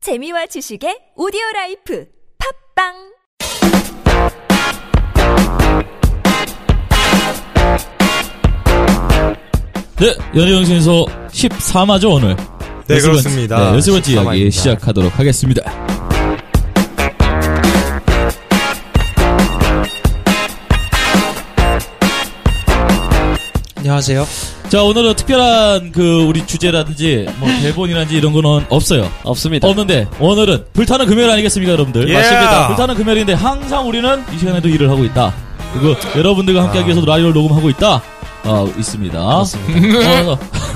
재미와 지식의 오디오 라이프 팝빵 네, 연예영신에서 14마죠 오늘. 네, 여섯 번째- 그렇습니다. 네, 여섯 번째 14마 이야기 입니다. 시작하도록 하겠습니다. 안녕하세요. 자, 오늘은 특별한 그 우리 주제라든지 뭐 대본이라든지 이런 거는 없어요. 없습니다. 없는데 오늘은 불타는 금요일 아니겠습니까, 여러분들? 예. 맞습니다. 불타는 금요일인데 항상 우리는 이 시간에도 일을 하고 있다. 그리고 여러분들과 아. 함께하기 위해서 라디오를 녹음하고 있다. 어, 있습니다. 어,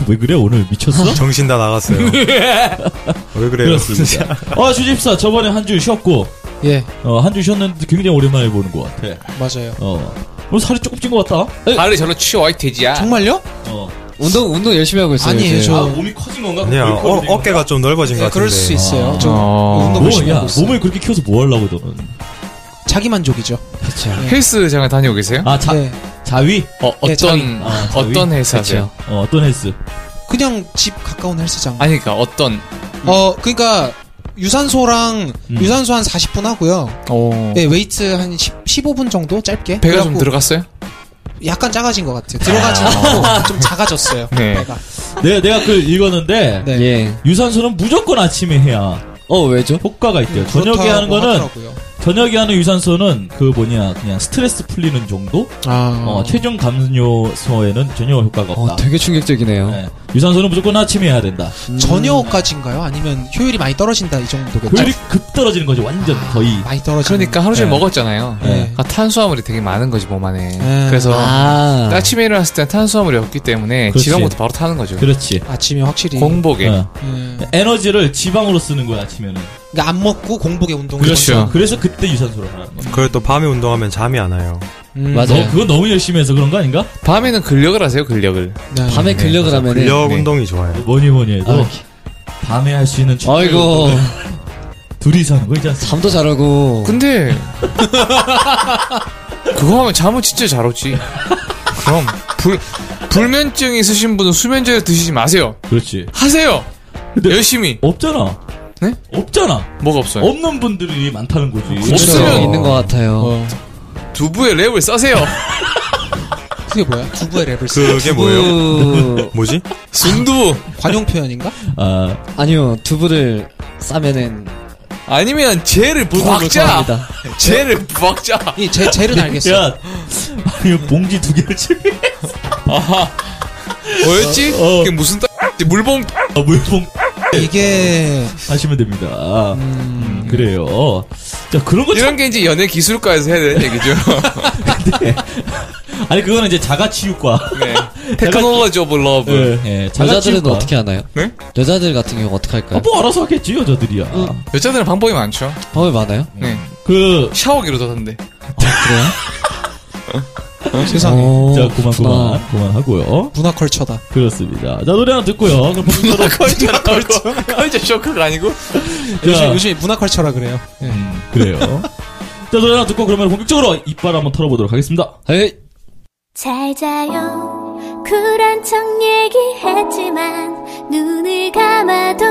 왜 그래 오늘 미쳤어? 정신 다 나갔어요. 왜 그래요? 그렇습니다. 어, 주집사 저번에 한 주 쉬었고 예, 어, 한 주 쉬었는데 굉장히 오랜만에 보는 것 네. 같아. 맞아요. 어. 오늘 살이 조금 찐 것 같다. 발을 네. 저로 치워 이 돼지야. 정말요? 어. 운동 운동 열심히 하고 있어요. 아니에요, 요즘. 저- 아, 몸이 커진 건가? 아니야, 골격이 어, 된 건가? 어깨가 좀 넓어진 것 예, 같은데. 그럴 수 있어요. 아. 저 어. 운동 열심히 뭐, 야, 하고 있어요. 몸을 그렇게 키워서 뭐 하려고 너는? 자기 만족이죠. 헬스장을 다니고 계세요? 아, 자, 네. 자위? 어, 네, 어떤 저기. 아, 저기. 어떤 회사세요? 어, 어떤 헬스? 그냥 집 가까운 헬스장. 아니 그러니까 어떤 어, 그러니까 유산소랑 음. 유산소 한 40분 하고요. 네. 어. 네, 웨이트 한 10, 15분 정도 짧게. 배가 좀 그래갖고 들어갔어요? 약간 작아진 것 같아요. 들어가진 않고 좀 작아졌어요. 네. 배가. 네, 내가 그 읽었는데, 네. 예. 유산소는 무조건 아침에 해야 어 왜죠? 효과가 있대요. 네, 저녁에 그렇다고 하는 거는, 하더라고요. 저녁에 하는 유산소는 그 뭐냐, 그냥 스트레스 풀리는 정도? 아, 어, 체중 감소에는 전혀 효과가 아. 없다. 어 되게 충격적이네요. 네. 유산소는 무조건 아침에 해야 된다. 저녁까지인가요? 아니면 효율이 많이 떨어진다 이 정도겠죠? 아, 효율이 급 떨어지는 거지, 완전 거의. 많이 떨어지는. 그러니까 하루 종일 네. 먹었잖아요. 네. 아, 탄수화물이 되게 많은 거지 몸 안에. 네. 그래서 아. 아침에 일어났을 때 탄수화물이 없기 때문에 그렇지. 지방부터 바로 타는 거죠. 그렇지. 아침에 확실히 공복에. 네. 어. 음. 에너지를 지방으로 쓰는 거야, 아침에는. 그러니까 안 먹고 공복에 운동을 그렇죠. 먼저. 그래서 그때 유산소를 하는 거야. 그리고 또 밤에 운동하면 잠이 안 와요. 음, 맞아. 너 그거 너무 열심히 해서 그런 거 아닌가? 밤에는 근력을 하세요 근력을. 네. 밤에 근력을 하면은 근력 네. 운동이 좋아요. 뭐니 뭐니 해도 아, 밤에 할 수 있는 뭐 아이고 둘이서 하는 거 있지 않습니까? 잠도 잘 오고 근데 그거 하면 잠은 진짜 잘 오지. 그럼 불 불면증 있으신 분은 수면제 드시지 마세요. 그렇지 하세요. 근데- 열심히. 없잖아 네? 없잖아 뭐가 없어요? 없는 분들이 많다는 거지 그렇죠. 네. 없으면- 있는 것 같아요. 어, 두부에 랩을 싸세요. 그게 뭐야? 두부의 랩을 쓰 그게 뭐예요? 두부 뭐지? 순두부. 관용 표현인가? 아, 아니요 두부를 싸면은 아니면 쟤를 두부를 부박자. 좋아합니다. 쟤를 부박자. 이 제, 젤은 알겠어. 요 야 아니 봉지 두 개를 집에 뭐였지? 어. 그게 무슨 따... 물봉. 아, 물통 이게 하시면 됩니다 음, 그래요 자 그런 거 참... 이런 게 이제 연예 기술과에서 해야 되는 얘기죠. 아니 그거는 이제 자가치유과 네. 테크놀로지 오브 러브. 예, 예, 여자들은 어떻게 하나요? 네? 여자들 같은 경우 어떻게 할까요? 아, 뭐 알아서 하겠지 여자들이야 여자들은 방법이 많죠. 방법이 많아요? 네. 그 샤워기로 젖었는데. 어, 아, 아, 네. 세상에 어, 그래요? 자, 그만, 그만, 그만하고요. 문화 컬처다. 그렇습니다. 자, 노래 하나 듣고요. 그럼 본격적으로. 컬처라 컬처. 컬처 그렇죠. 쇼크가 아니고. 자, 요즘 요즘 문화 컬처라 그래요. 예. 음, 그래요. 자, 노래 하나 듣고 그러면 본격적으로 이빨 한번 털어보도록 하겠습니다. 에이 잘 자요 쿨한 척 얘기했지만 눈을 감아도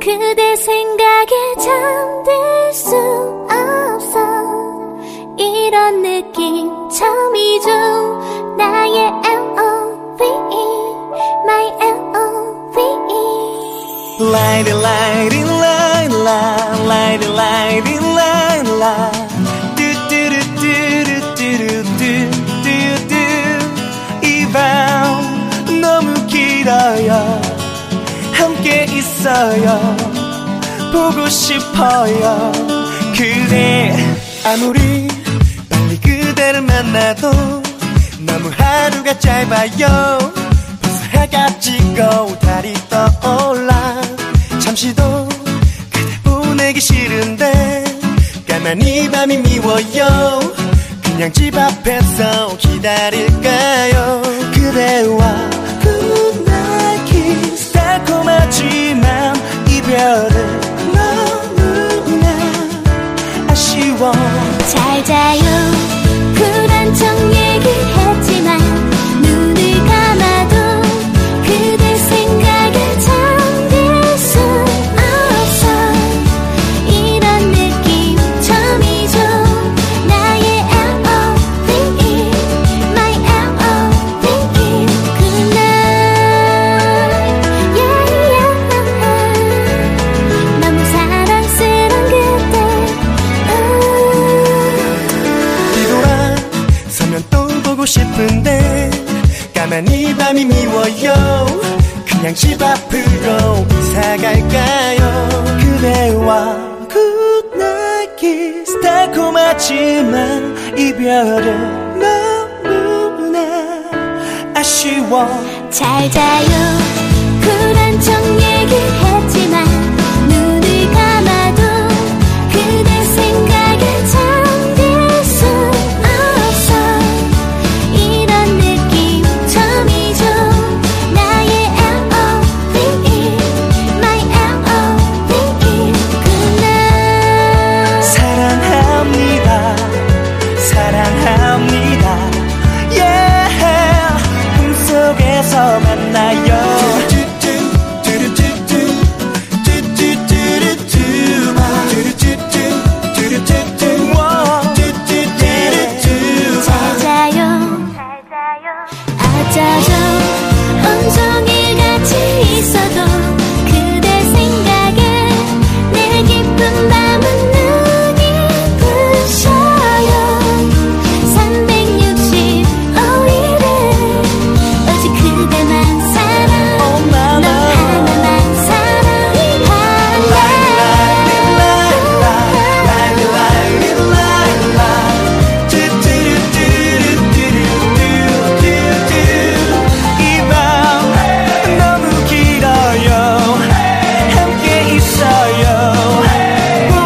그대 생각에 잠들 수 없어 이런 느낌 처음이죠 나의 L.O.V.E E, My L.O.V.E 라이디 라이디 라이라 라이디 라이디 라이라 뚜뚜루뚜루뚜루뚜뚜뚜 이밤 너무 길어요 함께 있어요 보고 싶어요 그대 아무리 빨리 그대를 만나도 너무 하루가 짧아요 벌써 해가 지고 달이 떠올라 잠시도 그대 보내기 싫은데 가만히 밤이 미워요 그냥 집 앞에서 기다릴까요 그대와 굿나잇 키스 달콤하지만 이별은 너무나 아쉬워 잘 자요 쿨한 척 얘기했지만 눈을 감아도 그대 생각에 잠들 수 없어 E, 음. 험한 이 밤이 미워요 그냥 집 앞으로 이사 갈까요 그대와 굿나잇 키스 달콤하지만 이별은 너무나 아쉬워 잘 자요 쿨한 척 얘기했지만 눈을 감아도 그대 생각에 잠들 수 없어 이런 느낌 처음이죠 나의 M.O.V.E E, My M.O.V.E 굿나잇 사랑합니다 사랑합니다 yeah 꿈속에서 만나요 잘 자요. 어쩌죠. 온종일 같이 있어도 그대 생각에 내 깊은 밤은 눈이 부셔요. 365일을 오직 그대만 사랑. 너 하나만 네. 사랑할래. 이밤 너무 길어요 함께 있어요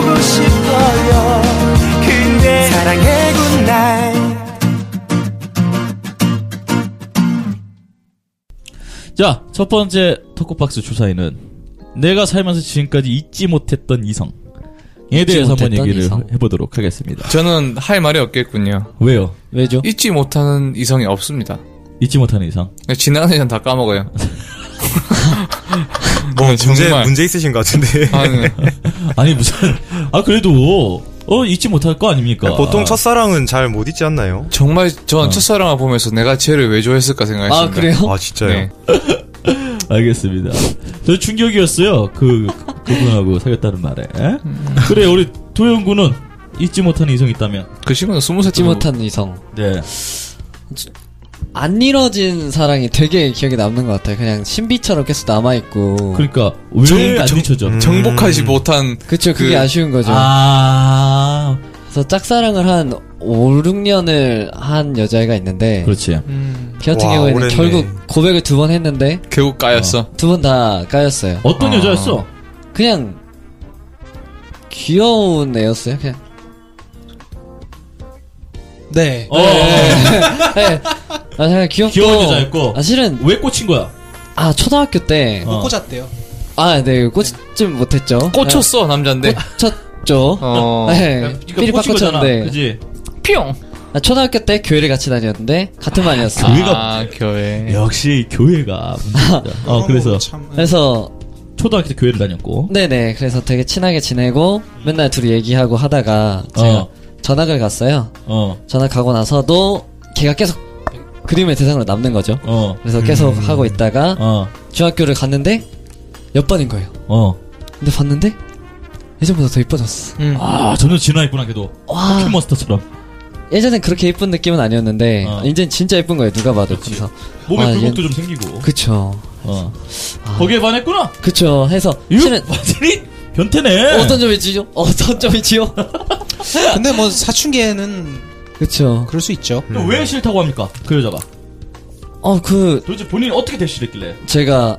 보고 싶어요 근데 사랑해 굿나잇 자, 첫 번째 토크박스 주사위는 내가 살면서 지금까지 잊지 못했던 이성에 대해서 한번 못했던 얘기를 이성. 해보도록 하겠습니다. 저는 할 말이 없겠군요. 왜요? 왜죠? 잊지 못하는 이성이 없습니다. 잊지 못하는 이상. 그냥 지나가는 이상 다 까먹어요. 어, 네, 뭐 문제 정말. 문제 있으신 것 같은데. 아, 네. 아니, 무슨, 아, 그래도, 어, 잊지 못할 거 아닙니까? 보통 첫사랑은 잘 못 잊지 않나요? 정말 전 첫사랑을 보면서 내가 쟤를 왜 좋아했을까 생각했습니다. 아 그래요? 어? 아 진짜요? 네. 알겠습니다. 저 충격이었어요. 그, 그- 그분하고 사귀었다는 말에. 그래, 우리 도영 군은 잊지 못하는 이성 있다면. 그 친구는 스무 살 잊지 때. 못한 이성. 네. 안 이뤄진 사랑이 되게 기억에 남는 것 같아요. 그냥 신비처럼 계속 남아있고. 그, 그러니까, 왜안 정- 미쳐져? 음. 정복하지 못한 쵸 그게 그- 아쉬운 거죠. 아, 그래서 짝사랑을 한 5, 6년을 한 여자애가 있는데. 그렇지. 걔 같은 와, 경우에는 오래네. 결국 고백을 두 번 했는데 결국 까였어. 두 번 다 까였어요. 어떤 아. 여자였어? 그냥 귀여운 애였어요. 그냥 네. 어, 네. 아, 그냥 귀엽고. 귀여운 여자였고. 아, 실은, 왜 꽂힌 거야? 아, 초등학교 때. 어. 꽂았대요. 아, 네, 꽂지 못했죠. 꽂혔어 네. 남잔데. 아, 꽂혔죠. 어. 네, 그러니까 꽂힌 삐리빡 거잖아. 꽂혔는데. 그지? 아, 초등학교 때 교회를 같이 다녔는데, 같은 아, 반이었어. 요 교회가- 아, 교회. 네. 역시 교회가 문제입니다. 어, 그래서 참, 네. 그래서, 초등학교 때 교회를 다녔고 네네, 그래서 되게 친하게 지내고, 맨날 둘이 얘기하고 하다가, 제가 어. 전학을 갔어요. 어, 전학 가고 나서도, 걔가 계속 그림의 대상으로 남는 거죠. 어, 그래서 계속 하고 있다가, 어, 중학교를 갔는데, 옆반인 거예요. 어. 근데 봤는데, 예전보다 더 이뻐졌어. 아, 점점 진화했구나 걔도. 와. 포켓몬스터처럼. 예전엔 그렇게 예쁜 느낌은 아니었는데 어. 이젠 진짜 예쁜 거예요 누가 봐도 그렇지. 그래서 몸에 아, 굴곡도 좀 생기고. 그쵸 아. 어. 거기에 반했구나. 그쵸 해서 이거 실은 완전히 변태네. 어떤 점이지요? 어떤 점이지요? 근데 뭐 사춘기에는 그쵸 그럴 수 있죠. 근데 왜 싫다고 합니까? 그 여자가. 어 그 도대체 본인이 어떻게 대시를 했길래? 제가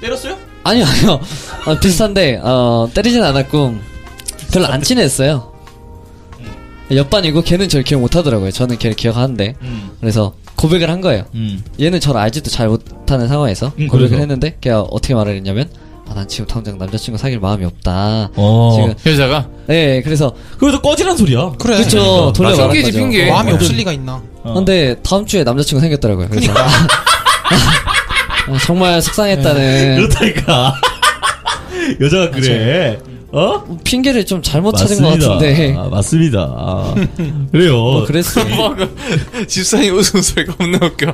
때렸어요? 아니요 아니요 아, 비슷한데 어 때리진 않았고 별로 안 친했어요 옆반이고 걔는 저를 기억 못하더라고요 저는 걔를 기억하는데 음. 그래서 고백을 한 거예요 음. 얘는 저를 알지도 잘 못하는 상황에서 음, 고백을 그래서. 했는데 걔가 어떻게 말을 했냐면 아, 난 지금 당장 남자친구 사귈 마음이 없다 어. 지금 여자가 네, 그래서 그래서 꺼지란 소리야. 어. 그래. 아, 그쵸 돌려 말한 핑계지, 거죠. 핑계. 마음이 어. 없을 리가 있나? 어. 근데 다음 주에 남자친구 생겼더라고요. 그래서 아, 정말 속상했다는 그렇다니까. 여자가 그래. 어? 핑계를 좀 잘못 찾은 것 같은데. 아, 맞습니다. 아, 그래요. 어, 그랬어. 집사님 웃음소리가 없나 웃겨.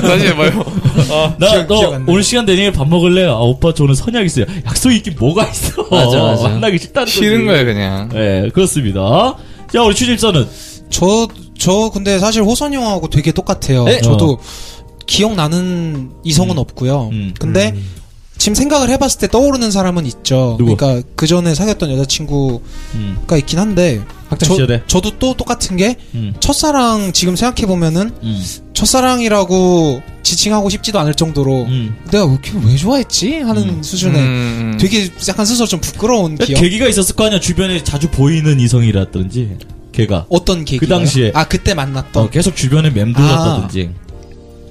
다시 해봐요. 아, 나, 기억- 기억 너, 안 나요. 오늘 시간 되니 밥 먹을래? 아, 오빠, 저는 선약 있어요. 약속이 있긴 뭐가 있어. 맞아, 맞아. 만나기 싫다는 네, 거지. 싫은 거야 그냥. 예, 그렇습니다. 자, 우리 추집사는. 저 저 근데 사실 호선 형하고 되게 똑같아요. 에? 저도 기억나는 이성은 없고요. 네? 어. 음. 근데 지금 생각을 해봤을 때 떠오르는 사람은 있죠. 누구? 그러니까 그 전에 사귀었던 여자친구가 음. 있긴 한데 학창 시절에? 저, 도또 똑같은 게 음. 첫사랑 지금 생각해 보면은 음. 첫사랑이라고 지칭하고 싶지도 않을 어, 정도로 음. 내가 왜, 이렇게 왜 좋아했지 하는 수준에 음. 되게 약간 스스로 좀 부끄러운 기억. 계기가 있었을 거 아니야. 주변에 자주 보이는 이성이라든지 걔가 어떤 계기? 당시에. 아 그때 만났던. 어, 계속 주변에 맴돌았다든지.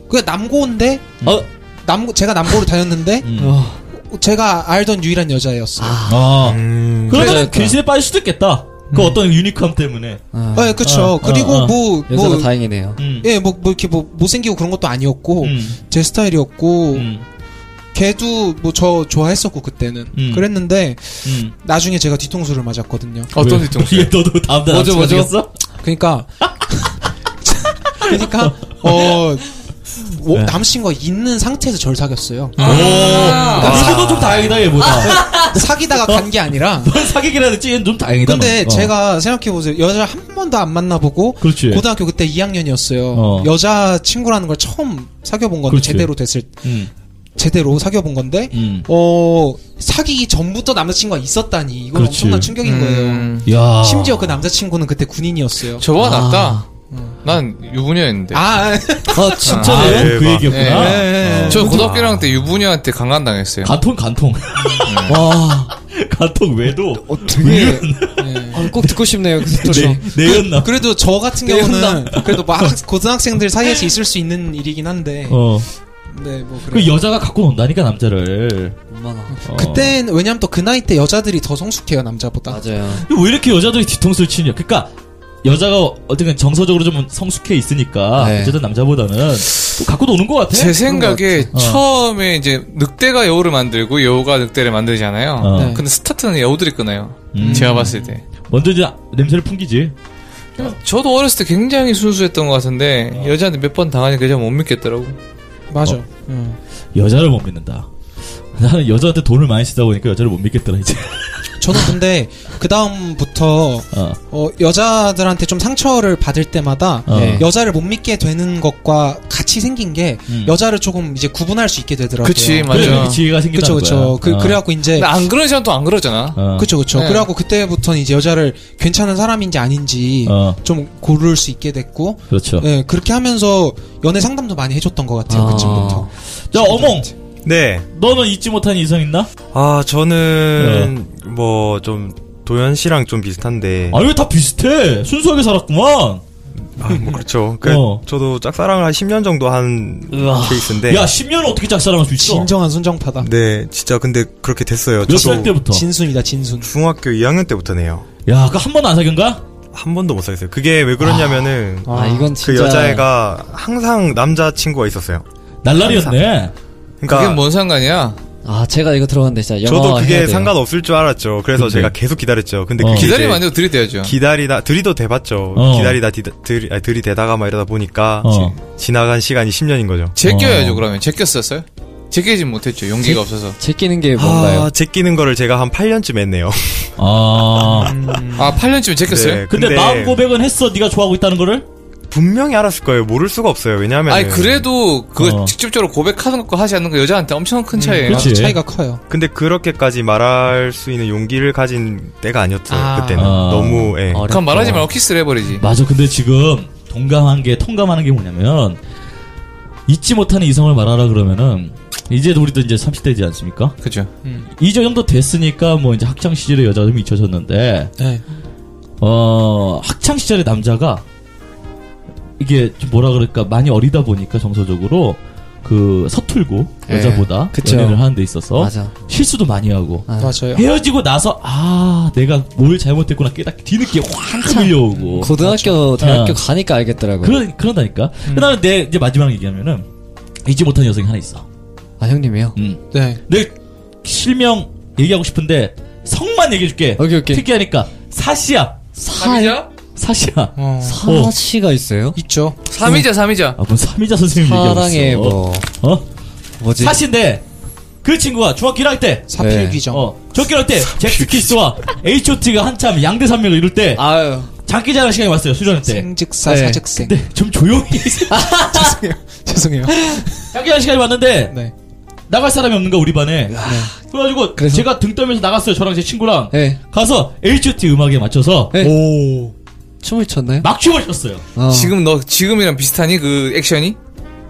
그 남고인데 아. 어? 남 제가 남고를 다녔는데 음. 어. 제가 알던 유일한 여자였어. 요 아. 음. 그러면 그러니까. 귀신에 빠질 수도 있겠다. 그 어떤 유니크함 때문에. 아, 네, 어, 그쵸. 어, 그리고 어. 뭐, 여자가 뭐, 다행이네요. 음. 예, 뭐, 뭐, 이렇게 뭐, 못생기고 그런 것도 아니었고, 음. 제 스타일이었고, 음. 걔도 뭐 저 좋아했었고, 그때는. 음. 그랬는데, 음. 나중에 제가 뒤통수를 맞았거든요. 어떤 왜? 뒤통수? 얘 너도 다음 날 뭐죠, 아침에 뭐죠? 생겼어? 그니까, 그러니까, 그니까, 어, 오- 네. 남친과 있는 상태에서 절 사귀었어요. 오. 그래도 좀 다행이다 얘보다. 사귀다가 간 게 아니라, 넌 사귀긴 하는지 얘는 좀 다행이다. 근데 어. 제가 생각해보세요. 여자 한 번도 안 만나보고, 그렇지. 고등학교 그때 2학년이었어요. 어. 여자 친구라는 걸 처음 사귀어본 건데, 그렇지. 제대로 됐을, 음. 제대로 사귀어본 건데, 음. 어 사귀기 전부터 남자친구가 있었다니 이건 그렇지. 아. 엄청난 충격인 거예요. 음. 야. 심지어 그 남자친구는 그때 군인이었어요. 저와 낫다. 아. 음. 난 네. 유부녀였는데. 아, 아, 진짜. 아, 예, 그 막- 얘기였구나. 예, 예, 예. 저 고등학교랑 때 유부녀한테 강간당했어요. 간통 간통. 와, 간통 외도 어, 되게. 아, 꼭 듣고 싶네요, 그 스토리. 내 내였나? 예. 그래도 저 같은 경우는 그래도 막 고등학생들 사이에서 있을 수 있는 일이긴 한데, 어. 네, 뭐 그래. 그 여자가 갖고 논다니까 남자를. 얼마나. 어. 그땐 왜냐면 또 그 나이 때 여자들이 더 성숙해요 남자보다. 맞아요. 왜 이렇게 여자들이 뒤통수를 치냐? 그러니까 여자가 어쨌든 정서적으로 좀 성숙해 있으니까 네. 어쨌든 남자보다는 또 갖고 노는 것 같아. 제 생각에 어. 처음에 이제 늑대가 여우를 만들고 여우가 늑대를 만들잖아요. 어. 네. 근데 스타트는 여우들이 끊어요. 음. 제가 봤을 때. 먼저 이제 냄새를 풍기지. 저도 어렸을 때 굉장히 순수했던 것 같은데 여자한테 몇 번 당하니까 여자 못 믿겠더라고. 맞아. 어. 음. 여자를 못 믿는다. 나는 여자한테 돈을 많이 쓰다 보니까 여자를 못 믿겠더라 이제. 저는 근데 그 다음부터 어. 여자들한테 좀 상처를 받을 때마다 어. 네. 여자를 못 믿게 되는 것과 같이 생긴 게 음. 여자를 조금 이제 구분할 수 있게 되더라고요. 그치 맞아. 그래 지혜가 생긴다. 그쵸 그쵸 그, 어. 그래갖고 이제 근데 안 그러지만 또 안 그러잖아. 어. 그쵸 그쵸 네. 그래갖고 그때부터는 이제 여자를 괜찮은 사람인지 아닌지 어. 좀 고를 수 있게 됐고 그렇죠. 예 그렇게 하면서 연애 상담도 많이 해줬던 것 같아요 아. 그쯤부터 자 어몽, 네. 너는 잊지 못한 이성 있나? 아, 저는 뭐 좀 도현 씨랑 좀 네. 비슷한데. 아왜 다 비슷해? 순수하게 살았구만. 아, 뭐 그렇죠. 그 어. 저도 짝사랑을 한 10년 정도 한 으아. 케이스인데. 야 10년 어떻게 짝사랑할 수 있어? 진정한 순정파다 네, 진짜 근데 그렇게 됐어요. 몇 살 저도 때부터? 진순이다 진순 중학교 2학년 때부터네요. 야, 그 한 번도 안 사귄 거야? 한 번도 못 사귀었어요. 그게 왜 그러냐면은 아, 이건 그 진짜. 여자애가 항상 남자 친구가 있었어요. 날라리였네. 그러니까 그게 뭔 상관이야? 아, 제가 이거 들어봤는데 진짜 뭐 영화. 저도 해야 그게 돼요. 상관없을 줄 알았죠. 그래서 그치. 제가 계속 기다렸죠. 근데 어. 그게 기다리면 안 이제 되고 들이대야죠. 기다리다 들이도 대봤죠. 어. 기다리다 디, 들, 아니, 들이대다가 막 이러다 보니까 어. 지나간 시간이 10년인 거죠. 제껴야죠 어. 그러면. 제꼈었어요? 제끼진 못했죠. 용기가 제- 없어서. 제끼는 게 뭔가요? 아, 제끼는 거를 제가 한 8년쯤 했네요. 아. 아 8년쯤에 제꼈어요? 네, 근데, 마음 고백은 했어. 네가 좋아하고 있다는 거를? 분명히 알았을 거예요. 모를 수가 없어요. 왜냐하면 네. 아니 그래도 그거 어. 직접적으로 고백하는 것과 하지 않는 거 여자한테 엄청 큰 차이예요. 그렇지. 차이가 커요 근데 그렇게까지 말할 수 있는 용기를 가진 때가 아니었어요. 아. 그때는 아. 너무 예. 어렵다. 그럼 말하지 말고 키스를 해버리지. 맞아. 근데 지금 동감한 게 통감하는 게 뭐냐면 잊지 못하는 이성을 말하라 그러면은 이제 우리도 이제 30대지 않습니까? 그죠. 이 정도 됐으니까 뭐 이제 학창 시절의 여자 좀 잊혀졌는데 네. 어 학창 시절의 남자가 이게 좀 뭐라 그럴까 많이 어리다 보니까 정서적으로 그 서툴고 예, 여자보다 그쵸. 연애를 하는 데 있어서 맞아. 실수도 많이 하고 아, 맞아요 네. 헤어지고 나서 아 내가 뭘 잘못했구나 깨닫기 뒤늦게 확 밀려오고 음. 고등학교, 대학교 아. 가니까 알겠더라고요. 뭐, 그런 그런다니까 그다음에 내 이제 마지막 얘기하면은 잊지 못한 여성이 하나 있어 아, 형님이요? 음. 네 내 실명 얘기하고 싶은데 성만 얘기해줄게 오케이, 오케이. 특이하니까 사시야 삼이자? 사시야 어. 사시가 있어요? 있죠 음, 삼이자 삼이자. 아, 뭔 삼이자 선생님 얘기하고 사랑의 있어. 뭐, 어? 뭐지? 사시인데 그 친구가 중학교 1학년 때 사필귀정 어, 중학교 1학년 때 잭스키스와 H.O.T가 한참 양대산맥을 이룰 때 아유. 장기자랑 시간이 왔어요 수련 때. 생즉사 네. 사즉생. 네, 좀 조용히. 해주세요. 죄송해요. 죄송해요. 장기자랑 시간이 왔는데 네. 나갈 사람이 없는 가 우리 반에. 아. 네. 그래가지고 그래서? 제가 등 떠면서 네. 나갔어요 저랑 제 친구랑. 예. 가서 H.O.T 음악에 맞춰서 예. 오 춤을 췄나요? 막 춤을 췄어요. 어. 지금 너 지금이랑 비슷하니 그 액션이?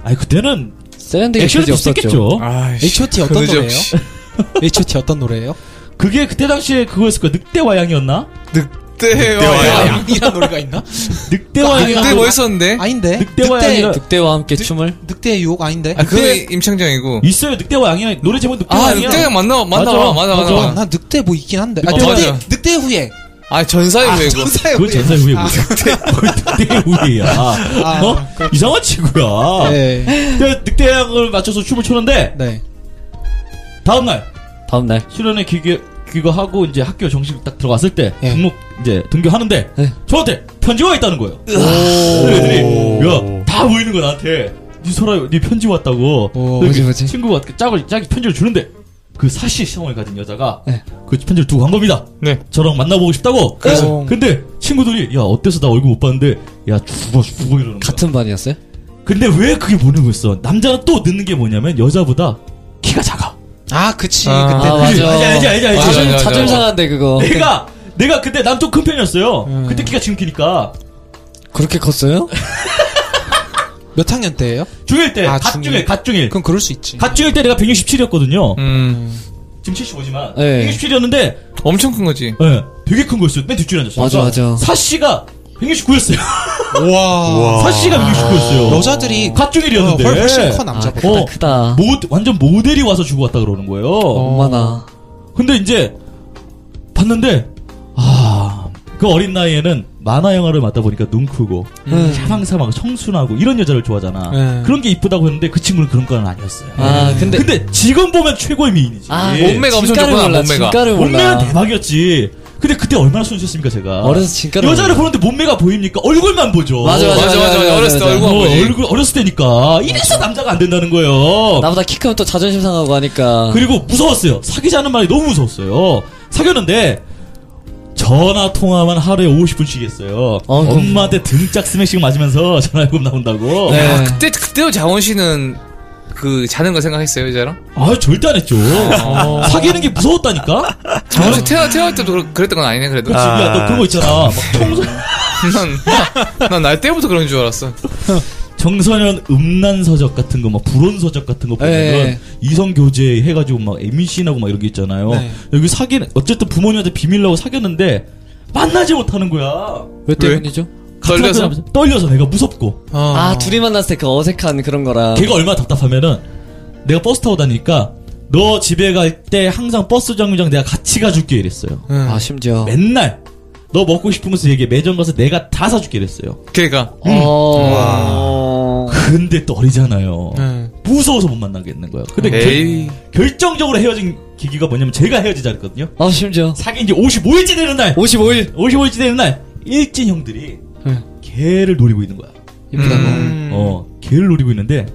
아니 그때는 세련되게 액션이 되지 없었죠. 비슷했겠죠. 아, H.O.T. 어떤 노래예요? H.O.T. 어떤 노래예요? 그게 그때 당시에 그거였을 거야. 늑대와양이었나? 아, 늑대와야. 아, 늑대와양이라는 노래가 있나? 아, 늑대와양이 늑대 뭐 했었는데? 아닌데. 늑대와양이라 네, 늑대와 함께 춤을 늑대의 유혹 아닌데. 아, 그게 임창정이고. 있어요. 늑대와양이야. 노래 제목 아, 늑대와양이야. 늑대가 맞나 맞나 봐. 맞아 맞아. 아, 맞아. 나 늑대 뭐 있긴 한데. 아, 어, 늑대, 맞아. 늑대 후예. 아, 전사의 아, 외고. 전사의 그 후예. 전사 후에 뭐야? 늑대의 후예야. 어? 이상한 친구야. 네. 그때 늑대양을 맞춰서 춤을 추는데 네. 다음날 다음날 수련회 귀교 귀가하고 이제 학교 정식 딱 들어갔을 때 예. 등록 이제 등교하는데 예. 저한테 편지가 있다는 거예요. 애들이 야다 보이는 거 나한테 니 소라 니 편지 왔다고. 오, 근데 뭐지, 그 뭐지? 친구가 그 짝을 짝이 편지를 주는데 그 사시 시험을 가진 여자가 예. 그 편지를 두고 간 겁니다. 네. 저랑 만나보고 싶다고. 어. 그래서? 근데 친구들이 야 어때서 나 얼굴 못 봤는데 야 죽어 죽어 이러는 거야. 같은 반이었어요? 근데 왜 그게 모르겠어. 남자는 또 늦는 게 뭐냐면 여자보다 키가 작아. 아, 그치. 아, 그때. 아 맞아. 알지, 알지, 알지, 알지. 자존- 맞아, 맞아, 자존 맞아. 상한데 어, 그거. 내가 내가 그때 난 좀 큰 편이었어요. 음. 그때 키가 지금 키니까 그렇게 컸어요? 몇 학년 때예요 중일 때, 아, 갓 중일, 중일. 갓 중일, 그럼 그럴 수 있지. 네. 갓 중일 때 내가 167이었거든요. 음. 지금 75지만 네. 167이었는데 예, 엄청 큰 거지. 되게 큰 거였어요. 맨 뒷줄에 앉았어요. 맞아, 맞아. 사 씨가 169였어요. 와. 사 씨가 169였어요. 아. 여자들이 갓 어, 중일이었는데. 훨씬 커, 아 남자보다. 크다 어. 크다. 모, 완전 모델이 와서 주고 왔다 그러는 거예요. 어. 엄마나. 근데 이제 봤는데 아. 그 어린 나이에는 만화 영화를 맡다 보니까 눈 크고 음. 사망사망 청순하고 이런 여자를 좋아하잖아. 네. 그런 게 이쁘다고 했는데 그 친구는 그런 건 아니었어요. 아 근데 근데, 예. 지금 보면 최고의 미인이지. 아 몸매가 엄청 진가를 좋구나, 몰라, 몸매가. 진가를 몰라. 몸매는 대박이었지. 근데 그때 얼마나 순수했습니까 제가. 어려서 진가를 여자를 몰라. 보는데 몸매가 보입니까? 얼굴만 보죠. 맞아 맞아 맞아, 맞아, 맞아, 맞아, 어렸을 때 맞아. 얼굴 어, 보지. 얼굴 어렸을 때니까 이래서 남자가 안 된다는 거예요. 나보다 키 크면 또 자존심 상하고 하니까. 그리고 무서웠어요. 사귀자는 말이 너무 무서웠어요. 사귀었는데 전화 통화만 하루에 50분씩 했어요. 어, 그럼- 엄마한테 등짝 스매싱 맞으면서 전화요금 나온다고. 네. 아, 그때 그때도 자원 씨는 그 자는 거 생각했어요, 여자랑? 아 절대 안 했죠. 사귀는 게 무서웠다니까. 자원 씨 태어 태어날 때도 그랬- 그랬던 건 아니네, 그래도. 그 집이야 너 그런 거 있잖아. 막 청소 난난날 때부터 그런 줄 알았어. 정선현 음란서적 같은 거, 막 불온서적 같은 거 보면은 예. 이성교제 해가지고 막 임신하고 막 이런 게 있잖아요. 네. 여기 사귀는, 어쨌든 부모님한테 비밀라고 사귀었는데 만나지 못하는 거야. 왜 때문이죠? 같은 떨려서? 학교 다니면서 떨려서 내가 무섭고. 어. 아 둘이 만났을 때 그 어색한 그런 거랑. 아, 걔가 얼마나 답답하면은 내가 버스 타고 다니니까 너 집에 갈 때 항상 버스 정류장 내가 같이 가줄게 이랬어요. 응. 아 심지어. 음. 맨날 너 먹고 싶으면서 얘기해. 매점 가서 내가 다 사줄게 이랬어요. 걔가 어. 음. 근데 또 어리잖아요. 응. 무서워서 못 만나겠는 거예요. 근데 네. 그, 에이. 음. 결정적으로 헤어진 계기가 뭐냐면 제가 헤어지자 그랬거든요. 아 심지어. 사귄 지 55일째 되는 날, 55일 55일째 되는 날 일진 형들이 네. 걔를 노리고 있는 거야. 이쁘다고. 뭐. 음. 어, 걔를 노리고 있는데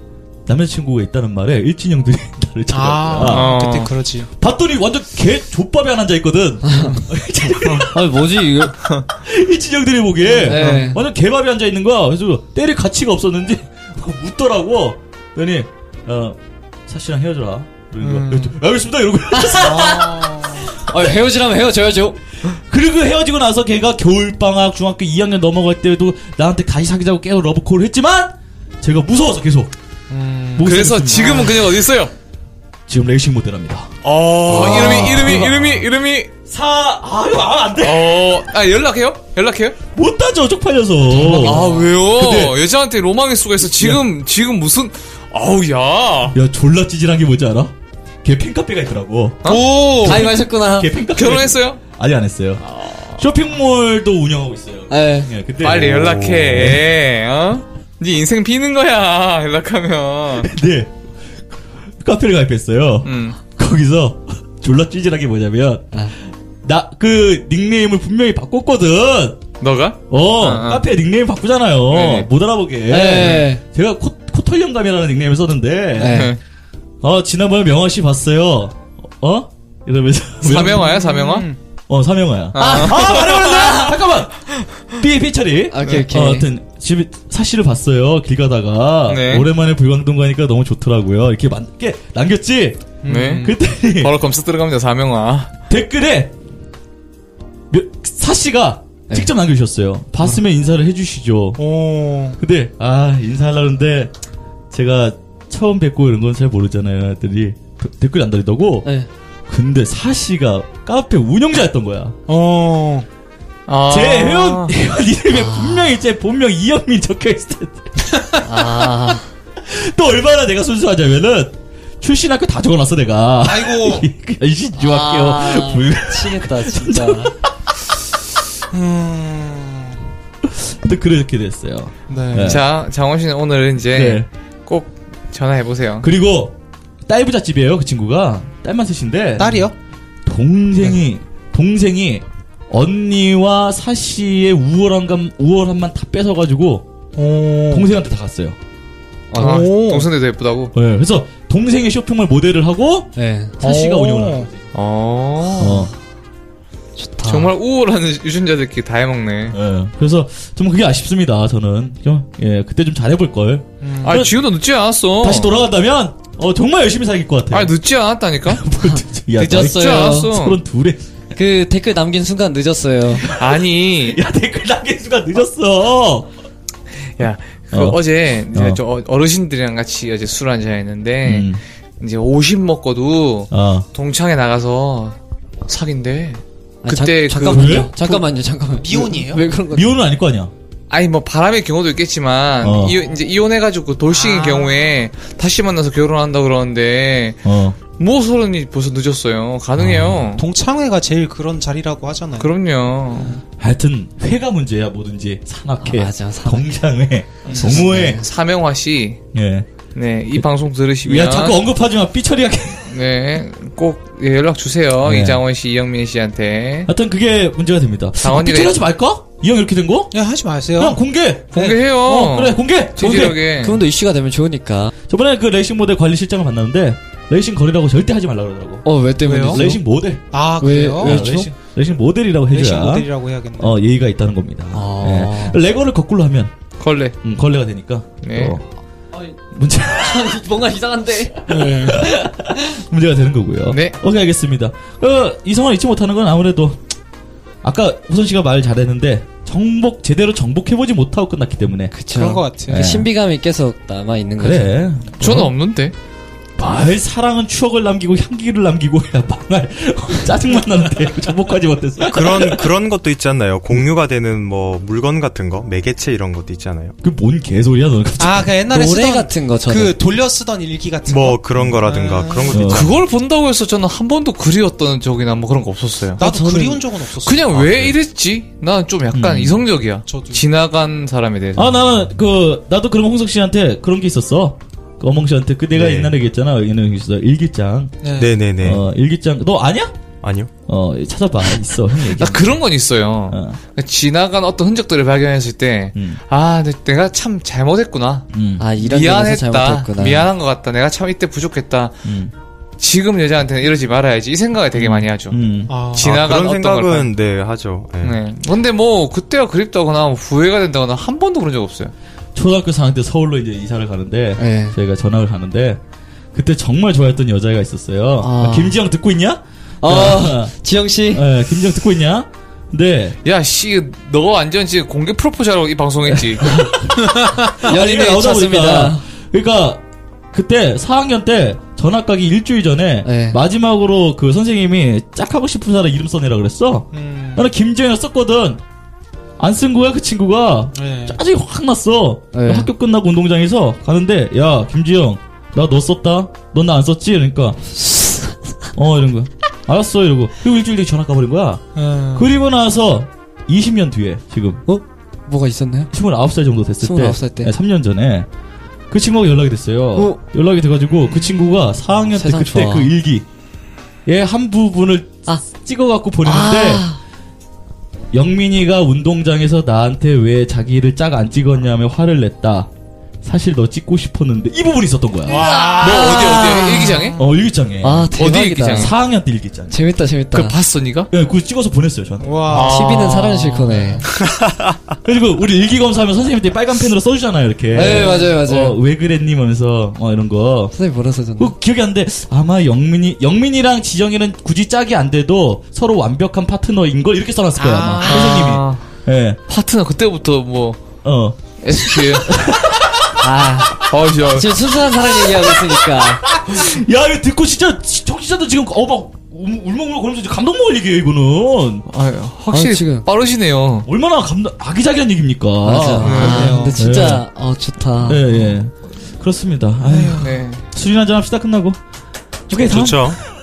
남자친구가 있다는 말에 일진 형들이 나를 아, 찾아왔다. 어. 그때 그러지. 봤더니 완전 개 족밥에 안 앉아 있거든. 아니 뭐지 이거. 일진 형들이 보기에 네. 완전 개밥에 앉아 있는 거야. 그래서 때릴 가치가 없었는지 웃더라고. 그러니 어, 사씨랑 헤어져라. 그러는 거야. 그래서 알겠습니다. 이러고 아 헤어지라면 헤어져야죠. 그리고 헤어지고 나서 걔가 겨울방학 중학교 2학년 넘어갈 때도 나한테 다시 사귀자고 계속 러브콜을 했지만 제가 무서워서 계속 못 그래서 사귀었습니다. 지금은 그냥 어디 있어요? 지금 레이싱 모델합니다 어, 이름이 이름이 이름이 이름이 사 아유 아, 안돼 어, 아 연락해요? 연락해요? 못 따져 쪽팔려서 아 왜요? 어. 근데- 여자한테 로망일 수가 있어. 지금 지금 무슨 아우 야. 야 졸라 찌질한 게 뭔지 알아? 걔 팬카페가 있더라고 오 가입하셨구나. 걔 팬카페 어? 아, 결혼했어요? 아직 안 했어요 쇼핑몰도 운영하고 있어요 예. 예, 근데 아, 빨리 연락해. 어? 네 인생 비는 거야 연락하면. 네 카페를 가입했어요 음. 아. 거기서 졸라 찌질한 게 뭐냐면 나 그 닉네임을 분명히 바꿨거든 너가? 어, 아, 아. 카페 닉네임 바꾸잖아요. 네. 못 알아보게. 네. 제가 코, 코털령감이라는 닉네임을 썼는데, 예. 어, 지난번에 명화 씨 봤어요. 어? 이러면서. 사명화야 사명화? 어, 사명화야. 아, 아. 말해버렸네! 잠깐만! 삐, 삐 처리. 아, 오케이, 오케이. 어, 하여튼, 집에 사시를 봤어요. 길 가다가. 네. 오랜만에 불광동 가니까 너무 좋더라고요. 이렇게 만, 이렇게 남겼지? 네. 음. 음. 그랬더니 바로 검색 들어갑니다, 사명아. 댓글에 몇, 사씨가 네. 직접 남겨주셨어요. 봤으면 음. 인사를 해주시죠. 오. 근데 아 인사하려는데 제가 처음 뵙고 이런 건 잘 모르잖아요. 했더니 그- 댓글이 안 달리더고. 네. 근데 사씨가 카페 운영자였던 거야. 어. 아. 제 회원, 회원 이름에 분명히 제 본명 이영민 적혀있을 텐데. 아, 또 얼마나 내가 순수하냐면은 출신 학교 다 적어놨어 내가. 아이고. 이씨 중학교 아. 불 치겠다, 진짜. 음. 또 그렇게 됐어요. 음. 네. 네. 자, 장원 씨는 오늘은 이제 꼭 전화해보세요. 그리고 딸 부잣집이에요 그 친구가 딸만 셋인데 네. 딸이요? 네. 동생이 동생이 언니와 사씨의 우월한 감 우월함만 다 뺏어가지고 동생한테 다 갔어요. 아, 오. 동생들도 예쁘다고. 네, 그래서 동생의 쇼핑몰 모델을 하고 네. 사씨가 오. 운영을 하는 거지. 어. 어, 좋다. 정말 우월한 유전자들끼리 다 해먹네. 예. 그래서 좀 그게 아쉽습니다. 저는 좀, 예 그때 좀 잘해볼 걸. 아, 지훈도 늦지 않았어. 다시 돌아간다면 어, 정말 열심히 사귈 것 같아요. 아, 늦지 않았다니까? 야, 늦었어요. 늦지 않았어. 서른 둘에 그 댓글 남긴 순간 늦었어요. 아니, 야 댓글 남길 수가 늦었어. 야, 그 어. 어. 제 어. 좀 어- 어르신들이랑 같이 어제 술 한잔 했는데, 음. 이제 50 먹고도 어. 동창회 나가서 사귄대. 아, 그때 잠, 그- 잠깐만요. 왜? 잠깐만요. 잠깐만. 미혼이에요? 왜 그런 거? 미혼은 아닐 거 아니야. 아니 뭐 바람의 경우도 있겠지만 어. 이, 이제 이혼해가지고 돌싱인 아. 경우에 다시 만나서 결혼한다 그러는데 어. 뭐 서른이 벌써 늦었어요. 가능해요. 동창회가 제일 그런 자리라고 하잖아요. 그럼요. 하여튼 회가 문제야 뭐든지 산악회, 아, 맞아, 산악회. 공장회, 동호회. 사명화 씨, 예. 네 이 방송 들으시면 네, 야 자꾸 어- 언급하지 마. 삐처리하게. 네꼭 예, 연락 주세요 네. 아, 이장원 씨, 이영민 씨한테 하여튼 그게 문제가 됩니다. 아, 장원이가- 삐처리하지 말까? 이 형 이렇게 된 거? 야, 하지 마세요. 형 공개. 공개해요. 어, 그래 공개. 공개. 진지하게. 네. 그분도 이슈가 되면 좋으니까. 저번에 그 레이싱 모델 관리 실장을 만났는데 레이싱 거리라고 절대 하지 말라 그러더라고. 어, 왜 때문에? 왜요? 늦었어? 레이싱 모델. 아, 왜- 그래요? 어, 왜- 왜죠? 레이싱, 레이싱 모델이라고 해줘야. 레이싱 모델이라고 해야겠네. 어 예의가 있다는 겁니다. 아. 예. 레거를 거꾸로 하면 걸레. 음, 걸레가 되니까. 네. 또 문제. 뭔가 이상한데. 문제가 되는 거고요. 네. 오케이, 알겠습니다. 어, 이성을 잊지 못하는 건 아무래도 아까 우선 씨가 말 잘했는데 정복 제대로 정복해보지 못하고 끝났기 때문에 그쵸. 그런 것 같아요. 네. 그 신비감이 계속 남아 있는 거죠. 그래. 그렇죠. 저는 어? 없는데. 말 사랑은 추억을 남기고 향기를 남기고 야 망할 짜증만 나는데 정복하지 못했어. 그런 그런 것도 있지 않나요? 공유가 되는 뭐 물건 같은 거, 매개체 이런 것도 있지 않아요? 그 뭔 개소리야 너는. 아, 그 옛날에 노래 쓰던 같은 거 저는. 그 돌려 쓰던 일기 같은 뭐 어. 거. 그런 거라든가 네. 아. 그런 것도 어. 있지 않나요? 그걸 본다고 해서 저는 한 번도 그리웠던 적이나 뭐 그런 거 없었어요. 나도 저는- 그리운 적은 없었어. 그냥 왜 이랬지? 난 좀 약간 음. 이성적이야. 저도요. 지나간 사람에 대해서. 아 나는 그 나도 그럼 홍석 씨한테 그런 게 있었어. 그 어몽 씨한테 그 내가 네. 옛날에 얘기했잖아. 얘는 있어 일기장. 네. 네네네. 어 일기장 너 아냐? 아니요. 어 찾아봐 있어 형 얘기. 나 그런 건 있어요. 네. 그러니까 어. 지나간 어떤 흔적들을 발견했을 때, 음. 아, 내- 내가 참 잘못했구나. 음. 아, 이런 점에서 미안했다. 잘못했구나. 미안한 것 같다. 내가 참 이때 부족했다. 음. 지금 여자한테는 이러지 말아야지. 이 생각을 되게 많이 하죠. 음. 아, 지나간 그런 어떤 걸까요? 생각은 네 하죠. 네. 네. 근데 뭐, 그때가 그립다거나 후회가 된다거나 한 번도 그런 적 없어요. 초등학교 4학년 때 서울로 이제 이사를 가는데 네. 저희가 전학을 가는데 그때 정말 좋아했던 여자애가 있었어요. 아. 김지영 듣고 있냐? 아, 어, 지영 씨. 예, 김지영 듣고 있냐? 근데 야, 씨, 너 완전 지금 공개 프로포즈하러 이 방송했지. 아, 얘기가 연인의 찾습니다. 뭐, 그러니까 그때 4학년 때 전학 가기 일주일 전에 네. 마지막으로 그 선생님이 짝하고 싶은 사람 이름 써내라 그랬어. 음. 나는 김지영이라 썼거든. 안 쓴 거야 그 친구가. 네. 짜증이 확 났어. 네. 학교 끝나고 운동장에서 가는데, 야, 김지영, 나 너 썼다? 넌 나 안 썼지? 이러니까, 어, 이런 거야. 알았어, 이러고. 그리고 일주일 뒤에 전화 가버린 거야. 음. 그리고 나서 20년 뒤에, 지금, 어? 뭐가 있었나요? 29살 정도 됐을 때, 네, 29살 때. 3년 전에, 그 친구가 연락이 됐어요. 어? 연락이 돼가지고, 그 친구가 4학년 때 세상 그때 좋아. 그 일기, 얘한 부분을 아. 찍어갖고 보냈는데, 아, 영민이가 운동장에서 나한테 왜 자기를 짝 안 찍었냐며 화를 냈다. 사실 너 찍고 싶었는데 이 부분이 있었던 거야. 뭐 어디 어디 일기장에? 어 일기장에. 아 일기장? 대박이다. 4학년 때 일기장. 재밌다 재밌다. 그거 아. 봤어 니가? 예, 그거 찍어서 보냈어요 저한테. 와. TV는 사랑의 실컷네. 그리고 우리 일기 검사하면 선생님한테 빨간 펜으로 써주잖아요 이렇게. 네, 맞아요, 맞아요. 어, 왜 그랬니? 하면서 어 이런 거. 선생님 뭐라 써줬나? 그 기억이 안 돼. 아마 영민이 영민이랑 지정이는 굳이 짝이 안 돼도 서로 완벽한 파트너인 걸 이렇게 써놨을 거야 아마 선생님이. 예. 파트너 그때부터 뭐 어. SQ. 아 아 진짜. 지금 순수한 사랑 얘기하고 있으니까. 야 이거 듣고 진짜 청취자도 지금 어막 울먹울먹 거리면서 진짜 감동 먹을 얘기예요 이거는. 아 확실히 아, 지금. 빠르시네요. 얼마나 감동 아기자기한 얘기입니까. 맞아. 그래요. 아, 근데 진짜 어 좋다. 예 예. 그렇습니다. 아휴, 네. 술이나 한잔 합시다 끝나고. 오케이 다음. 좋죠.